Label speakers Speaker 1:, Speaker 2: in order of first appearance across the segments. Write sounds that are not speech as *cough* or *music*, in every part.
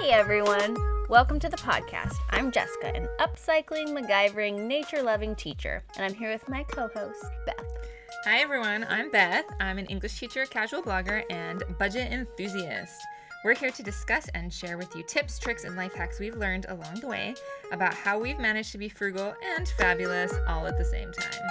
Speaker 1: Hey everyone! Welcome to the podcast. I'm Jessica, an upcycling, MacGyvering, nature loving teacher, and I'm here with my co host, Beth.
Speaker 2: Hi everyone, I'm Beth. I'm an English teacher, casual blogger, and budget enthusiast. We're here to discuss and share with you tips, tricks, and life hacks we've learned along the way about how we've managed to be frugal and fabulous all at the same time.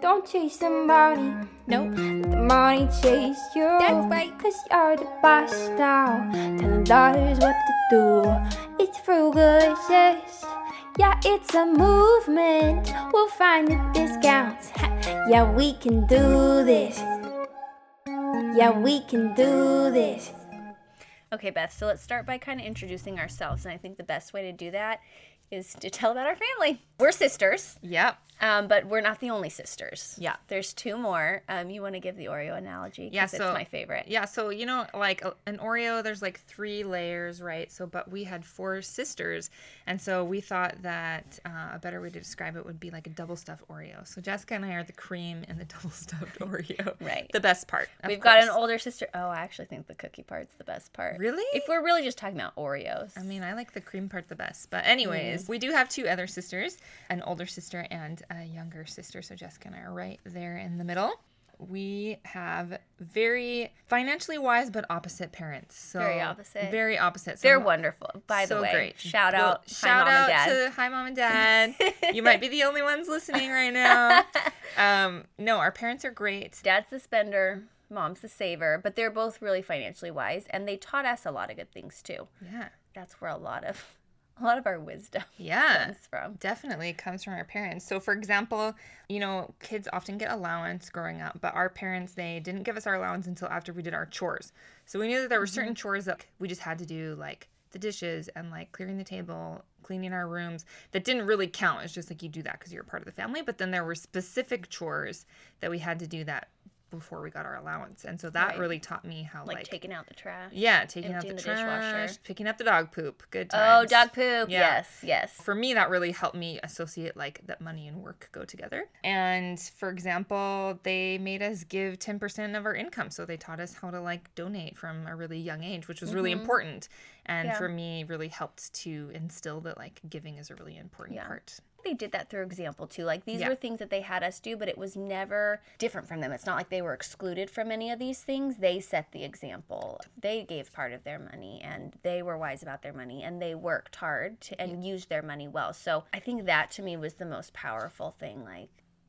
Speaker 3: Don't chase the money,
Speaker 2: Nope.
Speaker 3: let the money chase you.
Speaker 1: That's right.
Speaker 3: Cause you're the boss now, telling dollars what to do. It's frugal, yes. Yeah, it's a movement. We'll find the discounts. Ha, Yeah, we can do this. Yeah, we can do this.
Speaker 1: Okay, Beth, so let's start by kind of introducing ourselves, and I think the best way to do that is to tell about our family. We're sisters,
Speaker 2: Yep.
Speaker 1: um, but we're not the only sisters.
Speaker 2: Yeah.
Speaker 1: There's two more. Um, you want to give the Oreo analogy? 'Cause
Speaker 2: Yeah, so-
Speaker 1: it's my favorite.
Speaker 2: Yeah, so you know, like a- an Oreo, there's like three layers, right? So, but we had four sisters, and so we thought that uh, a better way to describe it would be like a double stuffed Oreo. So Jessica and I are the cream and the *laughs* double stuffed Oreo.
Speaker 1: Right.
Speaker 2: The best part. of
Speaker 1: We've got an
Speaker 2: course.
Speaker 1: older sister. Oh, I actually think the cookie part's the best part.
Speaker 2: Really?
Speaker 1: If we're really just talking about Oreos.
Speaker 2: I mean, I like the cream part the best. But, anyways,
Speaker 1: Mm-hmm.
Speaker 2: we do have two other sisters an older sister and a younger sister. So, Jessica and I are right there in the middle. We have very financially wise but opposite parents. So
Speaker 1: Very opposite.
Speaker 2: Very opposite. So
Speaker 1: They're
Speaker 2: mo-
Speaker 1: wonderful, by the
Speaker 2: so
Speaker 1: way.
Speaker 2: great.
Speaker 1: Shout
Speaker 2: Well,
Speaker 1: out,
Speaker 2: shout
Speaker 1: hi, mom
Speaker 2: out
Speaker 1: and dad.
Speaker 2: to hi mom
Speaker 1: *laughs*
Speaker 2: and dad. you might be the only ones listening right now. Um, no, our parents are great.
Speaker 1: Dad's the spender, mom's the saver, but they're both really financially wise, and they taught us a lot of good things too.
Speaker 2: Yeah,
Speaker 1: That's where a lot of a lot of our wisdom
Speaker 2: yeah.
Speaker 1: comes from.
Speaker 2: Definitely comes from our parents. So, for example, you know, kids often get allowance growing up, but our parents, they didn't give us our allowance until after we did our chores. So, we knew that there were
Speaker 1: Mm-hmm.
Speaker 2: certain chores that we just had to do, like the dishes and like clearing the table, cleaning our rooms, that didn't really count. It's just like you do that because you're a part of the family. But then there were specific chores that we had to do that before we got our allowance. And so that
Speaker 1: Right.
Speaker 2: really taught me how, like,
Speaker 1: Like, taking out the trash.
Speaker 2: yeah, taking out the,
Speaker 1: emptying the dishwasher.
Speaker 2: trash, picking up the dog poop. Good
Speaker 1: Oh,
Speaker 2: times
Speaker 1: dog poop.
Speaker 2: Yeah.
Speaker 1: Yes, yes.
Speaker 2: for me that really helped me associate like that money and work go together and for example they made us give 10% of our income so they taught us how to like donate from a really young age which was really important and
Speaker 1: Mm-hmm. Yeah.
Speaker 2: for me really helped to instill that like giving is a really important
Speaker 1: Yeah.
Speaker 2: part
Speaker 1: They did that through example too. Like these
Speaker 2: Yeah.
Speaker 1: were things that they had us do, but it was never different from them. It's not like they were excluded from any of these things. They set the example. They gave part of their money and they were wise about their money and they worked hard to, and used their money well. So I think that to me was the most powerful thing. Like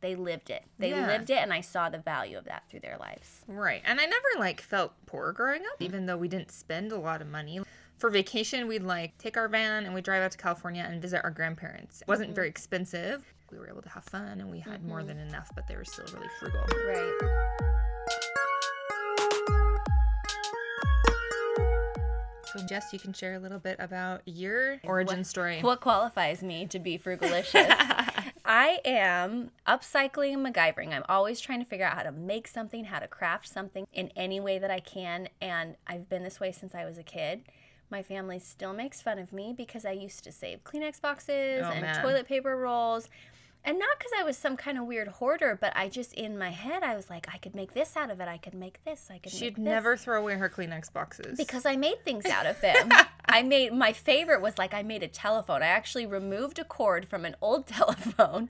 Speaker 1: they lived it. They
Speaker 2: Yeah.
Speaker 1: lived it and I saw the value of that through their lives.
Speaker 2: Right. And I never like felt poor growing up,
Speaker 1: Mm-hmm.
Speaker 2: even though we didn't spend a lot of money. For vacation, we'd like take our van and we'd drive out to California and visit our grandparents. It
Speaker 1: Mm-hmm.
Speaker 2: wasn't very expensive. We were able to have fun and we had more than enough, but they were still really frugal.
Speaker 1: Right.
Speaker 2: So, Jess, you can share a little bit about your origin story.
Speaker 1: What qualifies me to be
Speaker 2: *laughs*
Speaker 1: frugalicious? I am upcycling and MacGyvering. I'm always trying to figure out how to make something, how to craft something in any way that I can. And I've been this way since I was a kid. My family still makes fun of me because I used to save Kleenex boxes
Speaker 2: Oh,
Speaker 1: and
Speaker 2: man.
Speaker 1: toilet paper rolls. And not because I was some kind of weird hoarder, but I just, in my head, I was like, I could make this out of it. I could make this. I could
Speaker 2: She'd
Speaker 1: make this.
Speaker 2: never throw away her Kleenex boxes.
Speaker 1: Because I made things out of
Speaker 2: *laughs*
Speaker 1: them. I made my favorite was like I made a telephone. I actually removed a cord from an old *laughs* telephone.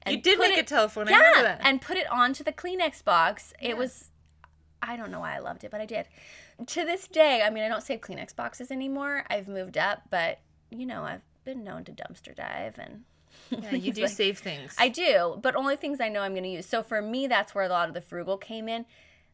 Speaker 1: And
Speaker 2: you did
Speaker 1: put
Speaker 2: make
Speaker 1: it,
Speaker 2: a telephone. I remember
Speaker 1: yeah,
Speaker 2: that.
Speaker 1: and put it onto the Kleenex box. It was, I don't know why I loved it, but I did. To this day, I mean, I don't save Kleenex boxes anymore. I've moved up, but you know, I've been known to dumpster dive and.
Speaker 2: yeah,
Speaker 1: *laughs*
Speaker 2: you do
Speaker 1: like-
Speaker 2: save things.
Speaker 1: I do, but only things I know I'm going to use. So for me, that's where a lot of the frugal came in.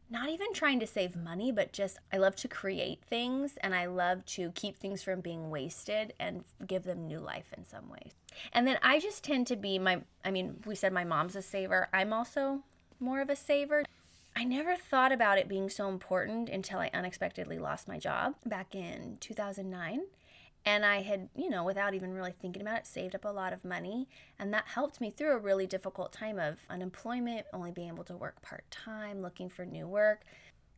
Speaker 1: Not even trying to save money, but just I love to create things and I love to keep things from being wasted and give them new life in some ways. And then I just tend to be my, I mean, we said my mom's a saver. I'm also more of a saver. I never thought about it being so important until I unexpectedly lost my job back in 2009. And I had, you know, without even really thinking about it, saved up a lot of money. And that helped me through a really difficult time of unemployment, only being able to work part time, looking for new work.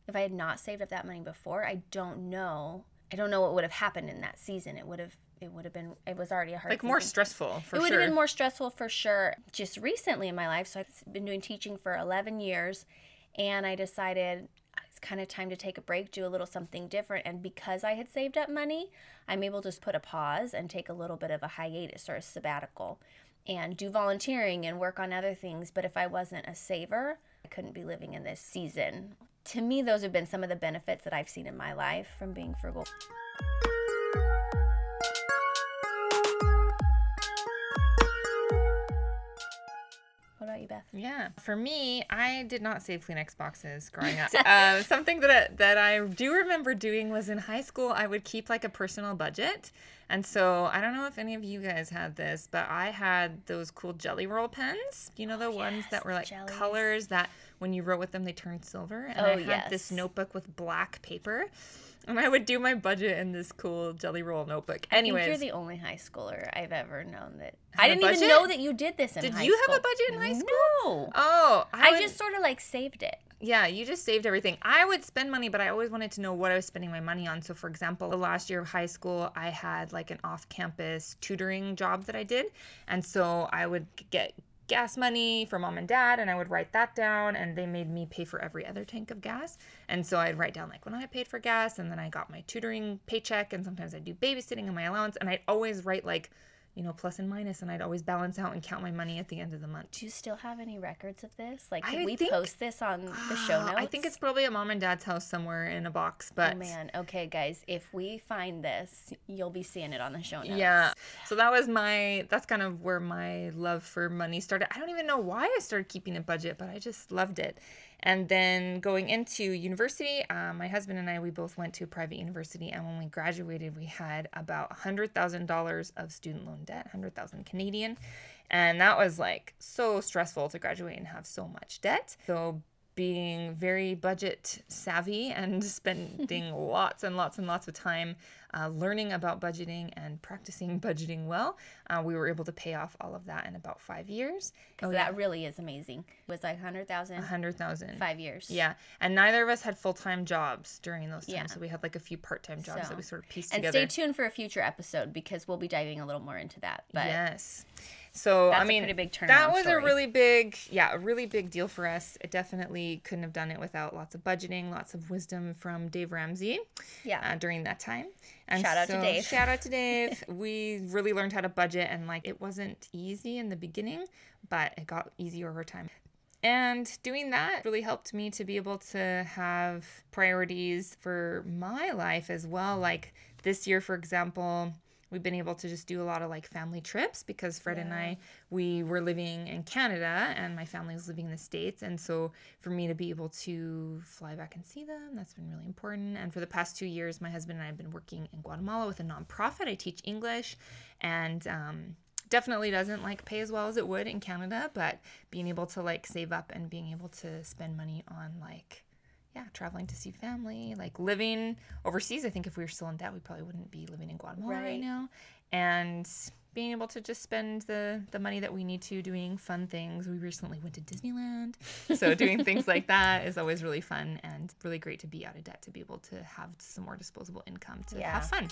Speaker 1: If I had not saved up that money before, I don't know. I don't know what would have happened in that season. It would have, it would have been, it was already a hard
Speaker 2: like more
Speaker 1: season
Speaker 2: stressful for
Speaker 1: it would
Speaker 2: sure.
Speaker 1: have been more stressful for sure just recently in my life so i've been doing teaching for 11 years and i decided it's kind of time to take a break, do a little something different. And because I had saved up money, I'm able to just put a pause and take a little bit of a hiatus or a sabbatical and do volunteering and work on other things. But if I wasn't a saver, I couldn't be living in this season. To me, those have been some of the benefits that I've seen in my life from being frugal. What about you, Beth?
Speaker 2: Yeah. For me, I did not save Kleenex boxes growing
Speaker 1: *laughs*
Speaker 2: up. uh, something that that I do remember doing was in high school. I would keep like a personal budget, and so I don't know if any of you guys had this, but I had those cool jelly roll pens. You know the ones that were like
Speaker 1: Oh, jellies.
Speaker 2: colors that when you wrote with them they turned silver. And
Speaker 1: Oh,
Speaker 2: I had
Speaker 1: yes.
Speaker 2: this notebook with black paper, and I would do my budget in this cool jelly roll notebook. Anyways,
Speaker 1: I think you're the only high schooler I've ever known that.
Speaker 2: Had
Speaker 1: I
Speaker 2: a
Speaker 1: didn't even
Speaker 2: budget?
Speaker 1: know that you did this in
Speaker 2: Did
Speaker 1: high
Speaker 2: you have a
Speaker 1: school.
Speaker 2: budget in high
Speaker 1: No.
Speaker 2: oh,
Speaker 1: I,
Speaker 2: would-
Speaker 1: just sort of like saved it.
Speaker 2: Yeah, you just saved everything. I would spend money, but I always wanted to know what I was spending my money on. So, for example, the last year of high school, I had like an off campus tutoring job that I did. And so I would get gas money from mom and dad and I would write that down and they made me pay for every other tank of gas. And so I'd write down like when I paid for gas and then I got my tutoring paycheck and sometimes I'd do babysitting and my allowance and I'd always write like, you know, plus and minus and I'd always balance out and count my money at the end of the month.
Speaker 1: Do you still have any records of this? Like,
Speaker 2: I
Speaker 1: could we
Speaker 2: think-
Speaker 1: post this on the show
Speaker 2: Uh,
Speaker 1: notes?
Speaker 2: I think it's probably at mom and dad's house somewhere in a box, but
Speaker 1: Oh man, okay, guys. If we find this, you'll be seeing it on the show notes.
Speaker 2: yeah. So that was my that's kind of where my love for money started. I don't even know why I started keeping a budget, but I just loved it. And then going into university, uh, my husband and I we both went to a private university, and when we graduated, we had about hundred thousand dollars of student loan debt, hundred thousand Canadian, and that was like so stressful to graduate and have so much debt. So being very budget savvy and *laughs* spending
Speaker 1: *laughs*
Speaker 2: lots and lots and lots of time uh, learning about budgeting and practicing *laughs* budgeting well, uh, we were able to pay off all of that in about five years.
Speaker 1: So Oh, that really is amazing. It was like 100,000
Speaker 2: Oh, A hundred thousand.
Speaker 1: five years.
Speaker 2: Yeah, and neither of us had full time jobs during those times,
Speaker 1: Yeah.
Speaker 2: so we had like a few part time jobs
Speaker 1: So-
Speaker 2: that we sort of pieced
Speaker 1: And
Speaker 2: together.
Speaker 1: stay tuned for a future episode because we'll be diving a little more into that. But
Speaker 2: yes. So
Speaker 1: That's
Speaker 2: I
Speaker 1: a
Speaker 2: mean,
Speaker 1: pretty big
Speaker 2: that
Speaker 1: turnaround
Speaker 2: was
Speaker 1: story.
Speaker 2: a really big, yeah, a really big deal for us. It definitely couldn't have done it without lots of budgeting, lots of wisdom from Dave Ramsey.
Speaker 1: Yeah.
Speaker 2: uh, during that time. And
Speaker 1: Shout out to
Speaker 2: so-
Speaker 1: Dave.
Speaker 2: *laughs* Shout out to Dave.
Speaker 1: *laughs*
Speaker 2: we really learned how to budget, and like it wasn't easy in the beginning, but it got easier over time. And doing that really helped me to be able to have priorities for my life as well. Like this year, for example, we've been able to just do a lot of like family trips because Fred and I, we were living in Canada and my family was living in the States. And so for me to be able to fly back and see them, that's been really important. And for the past two years, my husband and I have been working in Guatemala with a nonprofit. I teach English and, um, definitely doesn't like pay as well as it would in Canada, but being able to like save up and being able to spend money on like yeah, traveling to see family, like living overseas. I think if we were still in debt, we probably wouldn't be living in Guatemala right,
Speaker 1: Right.
Speaker 2: now. And being able to just spend the the money that we need to doing fun things. We recently went to Disneyland. So doing *laughs* things like that is always really fun and really great to be out of debt to be able to have some more disposable income to
Speaker 1: Yeah.
Speaker 2: have fun.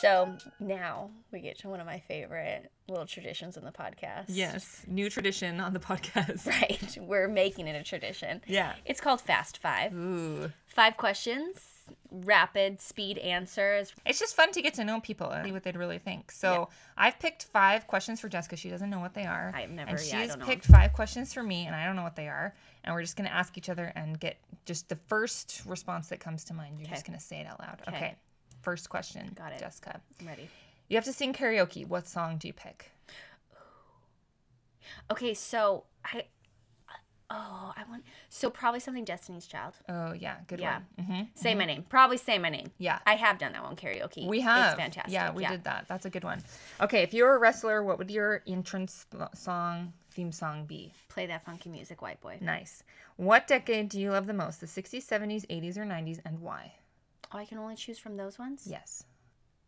Speaker 1: So now we get to one of my favorite little traditions in the podcast.
Speaker 2: Yes, new tradition on the podcast.
Speaker 1: *laughs* Right.
Speaker 2: *laughs*
Speaker 1: We're making it a tradition.
Speaker 2: Yeah.
Speaker 1: It's called Fast Five.
Speaker 2: Ooh.
Speaker 1: Five questions, rapid speed answers.
Speaker 2: It's just fun to get to know people and see what they'd really think. So I've picked five questions for Jessica. She doesn't know what they are.
Speaker 1: I've never-
Speaker 2: And
Speaker 1: yeah,
Speaker 2: she's
Speaker 1: I don't know.
Speaker 2: picked five questions for me, and I don't know what they are. And we're just gonna ask each other and get just the first response that comes to mind. You're just gonna say it out loud. Okay. First question.
Speaker 1: Got it.
Speaker 2: Jessica.
Speaker 1: I'm ready.
Speaker 2: You have to sing karaoke. What song do you pick?
Speaker 1: Okay, so I oh, I want so probably something Destiny's Child.
Speaker 2: Oh yeah, good
Speaker 1: Yeah.
Speaker 2: one. hmm
Speaker 1: Say my name. Probably say my name.
Speaker 2: Yeah.
Speaker 1: I have done that one karaoke.
Speaker 2: We have.
Speaker 1: It's fantastic.
Speaker 2: Yeah, we did that. That's a good one. Okay, if you were a wrestler, what would your entrance lo- song theme song be?
Speaker 1: Play that funky music, white boy.
Speaker 2: Nice. What decade do you love the most? The 60s, 70s, 80s, or 90s, and why?
Speaker 1: Oh, I can only choose from those ones?
Speaker 2: Yes.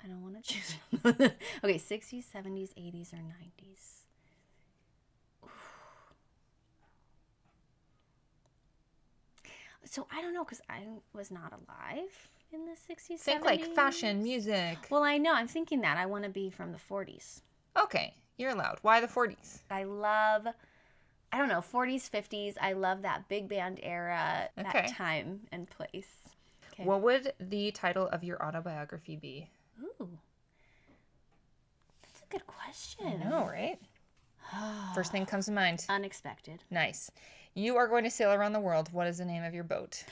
Speaker 1: I don't want to choose from those. *laughs* Okay, 60s, 70s, 80s, or 90s. So I don't know because I was not alive in the 60s.
Speaker 2: Think like
Speaker 1: 70s.
Speaker 2: fashion, music.
Speaker 1: Well, I know. I'm thinking that. I want to be from the 40s.
Speaker 2: Okay. You're allowed. Why the 40s?
Speaker 1: I love, I don't know, 40s, 50s. I love that big band era,
Speaker 2: Okay.
Speaker 1: that time and place. Okay.
Speaker 2: What would the title of your autobiography be?
Speaker 1: Ooh. That's a good question.
Speaker 2: No, right? *sighs* First thing comes to mind.
Speaker 1: Unexpected.
Speaker 2: Nice. You are going to sail around the world. What is the name of your boat?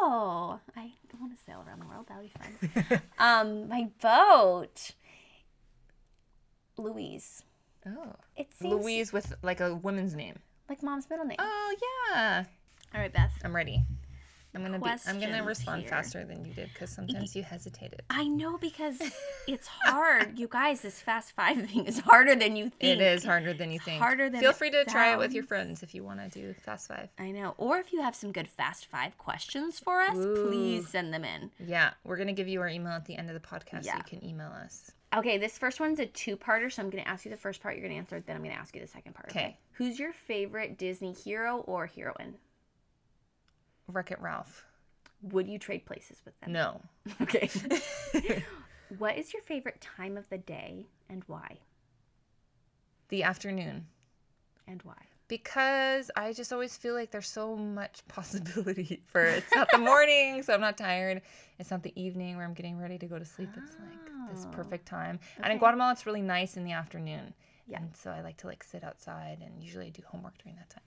Speaker 1: Oh, I want to sail around the world. That would be
Speaker 2: *laughs*
Speaker 1: fun. um, my boat. Louise.
Speaker 2: Oh.
Speaker 1: It seems
Speaker 2: *gasps* Louise with like a woman's name.
Speaker 1: like mom's middle name.
Speaker 2: Oh yeah.
Speaker 1: All right, Beth.
Speaker 2: I'm ready. I'm gonna be. I'm gonna
Speaker 1: Questions
Speaker 2: respond
Speaker 1: here.
Speaker 2: faster than you did because sometimes you hesitated.
Speaker 1: I know
Speaker 2: *laughs*
Speaker 1: because it's hard. You guys, this fast five thing is harder than you think.
Speaker 2: It is harder than you think.
Speaker 1: harder than
Speaker 2: Feel
Speaker 1: it
Speaker 2: free to try it with your
Speaker 1: sounds.
Speaker 2: friends if you want to do fast five.
Speaker 1: I know. Or if you have some good fast five questions for us, please send them in.
Speaker 2: Yeah, we're gonna give you our email at the end of the podcast,
Speaker 1: Yeah.
Speaker 2: so you can email us.
Speaker 1: Okay, this first one's a two-parter, so I'm going to ask you the first part. You're going to answer it. Then I'm going to ask you the second part.
Speaker 2: Okay.
Speaker 1: Who's your favorite Disney hero or heroine?
Speaker 2: Wreck It Ralph.
Speaker 1: Would you trade places with them?
Speaker 2: No. *laughs*
Speaker 1: Okay. what is your favorite time of the day and why?
Speaker 2: The afternoon.
Speaker 1: And why?
Speaker 2: Because I just always feel like there's so much *laughs* possibility for it's not
Speaker 1: *laughs*
Speaker 2: the morning, so I'm not tired. It's not the evening where I'm getting ready to go to sleep. It's like this
Speaker 1: Oh.
Speaker 2: perfect time. And
Speaker 1: Okay.
Speaker 2: in Guatemala, it's really nice in the afternoon.
Speaker 1: Yeah.
Speaker 2: And so I like to like sit outside, and usually I do homework during that time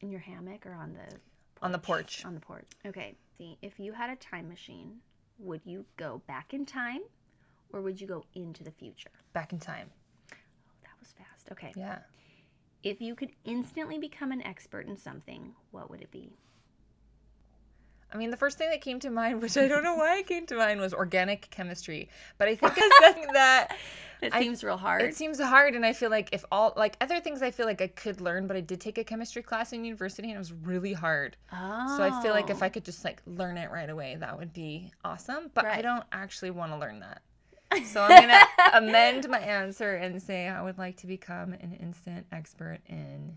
Speaker 1: In your hammock or on the
Speaker 2: on the porch.
Speaker 1: on the porch? Okay. See, if you had a time machine, would you go back in time or would you go into the future?
Speaker 2: back in time.
Speaker 1: That was fast. Okay.
Speaker 2: Yeah.
Speaker 1: If you could instantly become an expert in something, what would it be?
Speaker 2: I mean, the first thing that came to mind, *laughs* which I don't know why it came to mind, was organic chemistry. But I think it's something
Speaker 1: *laughs*
Speaker 2: that
Speaker 1: It
Speaker 2: I-
Speaker 1: seems real hard.
Speaker 2: it seems hard, and I feel like if all like other things, I feel like I could learn, but I did take a chemistry class in university, and it was really hard.
Speaker 1: Oh.
Speaker 2: So I feel like if I could just like learn it right away, that would be awesome. But
Speaker 1: Right.
Speaker 2: I don't actually want to learn that. So
Speaker 1: *laughs*
Speaker 2: I'm gonna amend my answer and say I would like to become an instant expert in.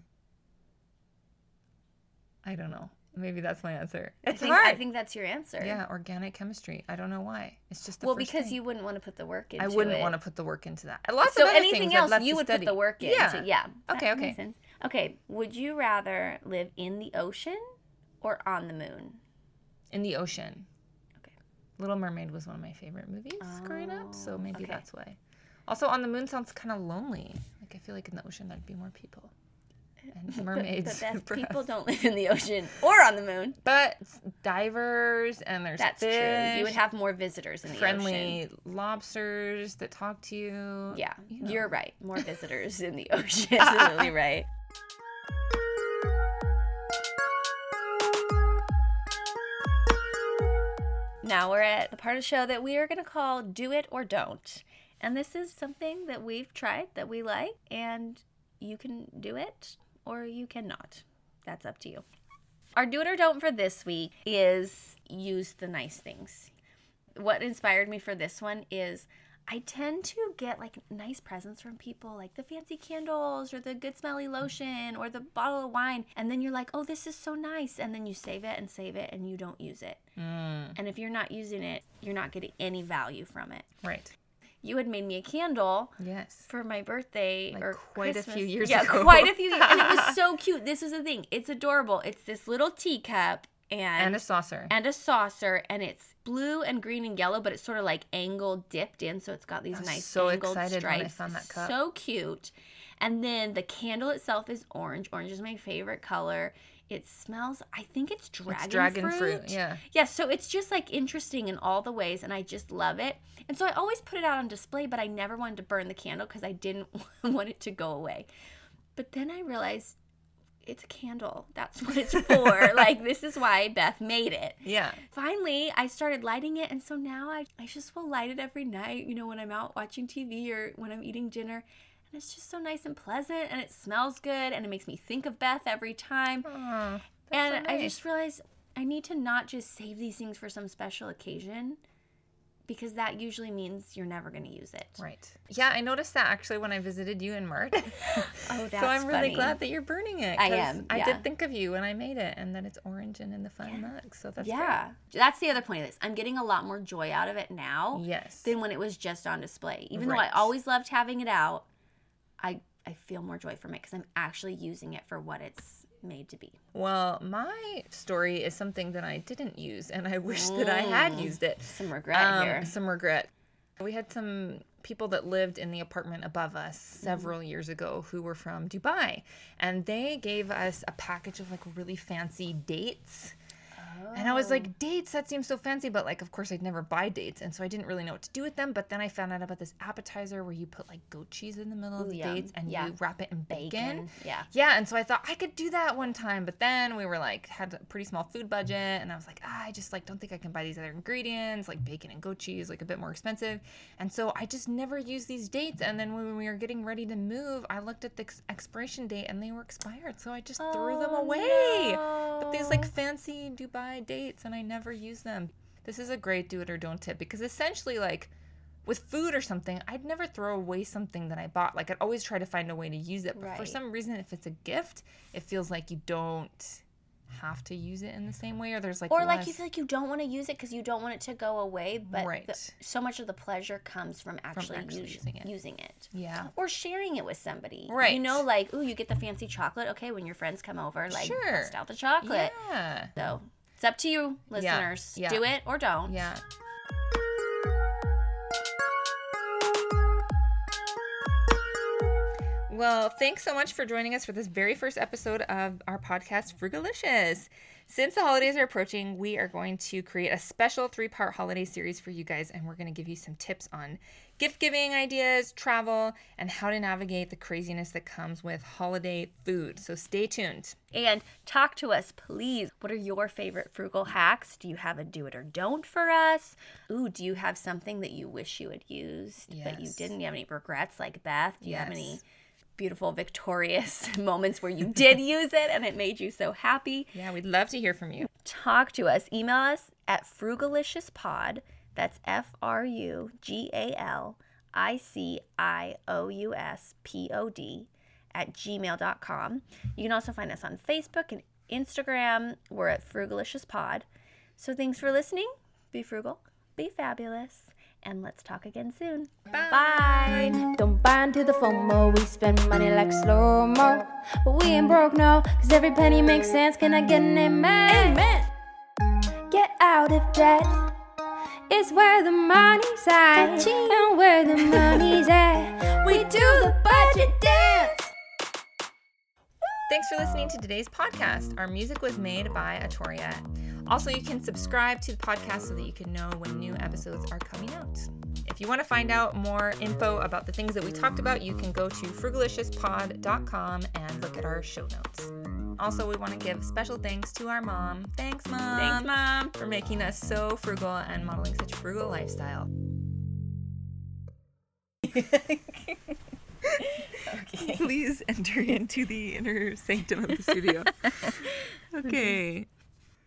Speaker 2: I don't know. Maybe that's my answer.
Speaker 1: Oh. I
Speaker 2: It's
Speaker 1: think,
Speaker 2: hard.
Speaker 1: I think that's your answer.
Speaker 2: Yeah, organic chemistry. I don't know why. It's just the
Speaker 1: Well,
Speaker 2: first
Speaker 1: because
Speaker 2: thing.
Speaker 1: you wouldn't want to put the work into
Speaker 2: I
Speaker 1: it.
Speaker 2: wouldn't want to put the work into that. And Lots
Speaker 1: So
Speaker 2: of other
Speaker 1: anything
Speaker 2: things I'd
Speaker 1: else,
Speaker 2: love
Speaker 1: you
Speaker 2: to
Speaker 1: would
Speaker 2: study.
Speaker 1: put the work into.
Speaker 2: Yeah.
Speaker 1: Yeah.
Speaker 2: Okay,
Speaker 1: That
Speaker 2: okay.
Speaker 1: makes sense. Okay. Would you rather live in the ocean or on the moon?
Speaker 2: In the ocean.
Speaker 1: Okay.
Speaker 2: Little Mermaid was one of my favorite movies growing up, so maybe
Speaker 1: Oh, okay.
Speaker 2: that's why. Also, on the moon sounds kind of lonely. Like I feel like in the ocean there'd be more people
Speaker 1: *laughs*
Speaker 2: and mermaids.
Speaker 1: But
Speaker 2: *laughs*
Speaker 1: Beth,
Speaker 2: perhaps.
Speaker 1: people don't live in the ocean or on the moon.
Speaker 2: But divers and there's
Speaker 1: That's true. You would
Speaker 2: fish,
Speaker 1: have more visitors in the ocean.
Speaker 2: friendly lobsters that talk to you.
Speaker 1: Yeah.
Speaker 2: You know.
Speaker 1: You're right. More visitors in *laughs* the ocean. Absolutely right. Now we're at the part of the show that we are going to call Do It or Don't. And this is something that we've tried that we like, and you can do it or you cannot. That's up to you. Our Do It or Don't for this week is use the nice things. What inspired me for this one is I tend to get like nice presents from people, like the fancy candles or the good smelly lotion or the bottle of wine. And then you're like, oh, this is so nice. And then you save it and save it and you don't use it.
Speaker 2: Hmm. Mm,
Speaker 1: And if you're not using it, you're not getting any value from it.
Speaker 2: Right.
Speaker 1: You had made me a candle
Speaker 2: Yes.
Speaker 1: for my birthday
Speaker 2: Like
Speaker 1: or
Speaker 2: quite a few
Speaker 1: Christmas.
Speaker 2: years
Speaker 1: yeah,
Speaker 2: ago.
Speaker 1: quite a few years. And it
Speaker 2: *laughs*
Speaker 1: was so cute. This is the thing. It's adorable. It's this little teacup and
Speaker 2: And a saucer.
Speaker 1: and a saucer, and it's blue and green and yellow, but it's sort of like angled dipped in, so it's got these
Speaker 2: was
Speaker 1: nice
Speaker 2: so
Speaker 1: angled
Speaker 2: excited when I
Speaker 1: stripes.
Speaker 2: found that cup.
Speaker 1: So cute. And then the candle itself is orange. Orange is my favorite color. It smells. I think it's dragon,
Speaker 2: dragon
Speaker 1: fruit.
Speaker 2: fruit, yeah.
Speaker 1: Yeah. So it's just like interesting in all the ways, and I just love it. And so I always put it out on display, but I never wanted to burn the candle because I didn't *laughs* want it to go away. But then I realized it's a candle. That's what it's for. like this is why Beth made it.
Speaker 2: yeah.
Speaker 1: Finally, I started lighting it, and so now I, I just will light it every night, you know, when I'm out watching TV or when I'm eating dinner. And it's just so nice and pleasant, and it smells good, and it makes me think of Beth every time.
Speaker 2: Aw, that's so
Speaker 1: and I
Speaker 2: nice.
Speaker 1: just realized I need to not just save these things for some special occasion because that usually means you're never going to use it.
Speaker 2: Right. Yeah, I noticed that actually when I visited you
Speaker 1: *laughs*
Speaker 2: in March.
Speaker 1: Oh, that's
Speaker 2: so I'm really
Speaker 1: funny.
Speaker 2: glad that you're burning it.
Speaker 1: I
Speaker 2: 'cause
Speaker 1: am,
Speaker 2: I
Speaker 1: yeah.
Speaker 2: did think of you when I made it, and that it's orange and in the fun mug. So that's
Speaker 1: yeah. That's the other point of this. I'm getting a lot more joy out of it now.
Speaker 2: Great. Yes.
Speaker 1: than when it was just on display. Even though I
Speaker 2: Right.
Speaker 1: always loved having it out, I I feel more joy from it because I'm actually using it for what it's made to be.
Speaker 2: Well, my story is something that I didn't use, and I wish that I
Speaker 1: Mm.
Speaker 2: had used it.
Speaker 1: Some regret
Speaker 2: Um,
Speaker 1: here.
Speaker 2: Some regret. We had some people that lived in the apartment above us
Speaker 1: Mm.
Speaker 2: several years ago who were from Dubai, and they gave us a package of like really fancy dates. And I was
Speaker 1: Oh.
Speaker 2: like, dates, that seems so fancy. But, like, of course, I'd never buy dates. And so I didn't really know what to do with them. But then I found out about this appetizer where you put, like, goat cheese in the middle of the
Speaker 1: yum.
Speaker 2: dates and
Speaker 1: Yeah.
Speaker 2: you wrap it in bacon.
Speaker 1: Bacon, yeah.
Speaker 2: Yeah, and so I thought I could do that one time, but then we were like had a pretty small food budget, and I was like, ah, I just like don't think I can buy these other ingredients like bacon and goat cheese, like a bit more expensive, and so I just never used these dates. And then when we were getting ready to move, I looked at the ex- expiration date and they were expired, so I just threw them
Speaker 1: Oh,
Speaker 2: away. But these like
Speaker 1: no.
Speaker 2: fancy Dubai dates, and I never used them. This is a great do it or don't tip because essentially like with food or something, I'd never throw away something that I bought. Like I'd always try to find a way to use it. But for
Speaker 1: Right.
Speaker 2: some reason, if it's a gift, it feels like you don't have to use it in the same way, or there's like
Speaker 1: Or like you
Speaker 2: less
Speaker 1: feel like you don't want to use it because you don't want it to go away, but the-
Speaker 2: Right.
Speaker 1: so much of the pleasure comes from actually,
Speaker 2: actually
Speaker 1: us-
Speaker 2: using it.
Speaker 1: using it.
Speaker 2: yeah.
Speaker 1: Or sharing it with somebody. You
Speaker 2: Right.
Speaker 1: know, like, ooh, you get the fancy chocolate. Okay, when your friends come over, like,
Speaker 2: Sure.
Speaker 1: bust out the chocolate.
Speaker 2: Yeah.
Speaker 1: So it's up to you, listeners.
Speaker 2: yeah.
Speaker 1: Do it or don't.
Speaker 2: Yeah. Well, thanks so much for joining us for this very first episode of our podcast, Frugalicious. Since the holidays are approaching, we are going to create a special three part holiday series for you guys, and we're going to give you some tips on gift giving ideas, travel, and how to navigate the craziness that comes with holiday food. So stay tuned.
Speaker 1: And talk to us, please. What are your favorite frugal hacks? Do you have a do it or don't for us? Ooh, do you have something that you wish you had used but you
Speaker 2: Yes.
Speaker 1: didn't? Do you have any regrets like Beth? Do you have any
Speaker 2: Yes.
Speaker 1: beautiful, victorious *laughs* moments where you did use it and it made you so happy?
Speaker 2: Yeah, we'd love to hear from you.
Speaker 1: Talk to us. Email us at frugaliciouspod. That's F R U G A L I C I O U S P O D at gmail.com. You can also find us on Facebook and Instagram. We're at frugaliciouspod. So thanks for listening. Be frugal, be fabulous, and let's talk again soon. Bye.
Speaker 3: Don't buy into the FOMO. We spend money like slow mo. But we ain't broke, no. Cause every penny makes sense. Can I get an amen? Amen. Get out of debt. It's where the money's at. And where the money's at. *laughs* We do the budget dance.
Speaker 2: Thanks for listening to today's podcast. Our music was made by Atoria. Also, you can subscribe to the podcast so that you can know when new episodes are coming out. If you want to find out more info about the things that we talked about, you can go to frugaliciouspod.com and look at our show notes. Also, we want to give special thanks to our mom. Thanks, mom.
Speaker 1: Thanks, Mom.
Speaker 2: For making us so frugal and modeling such a
Speaker 1: *laughs*
Speaker 2: frugal lifestyle. *laughs* Please enter into the inner sanctum of the studio. Okay.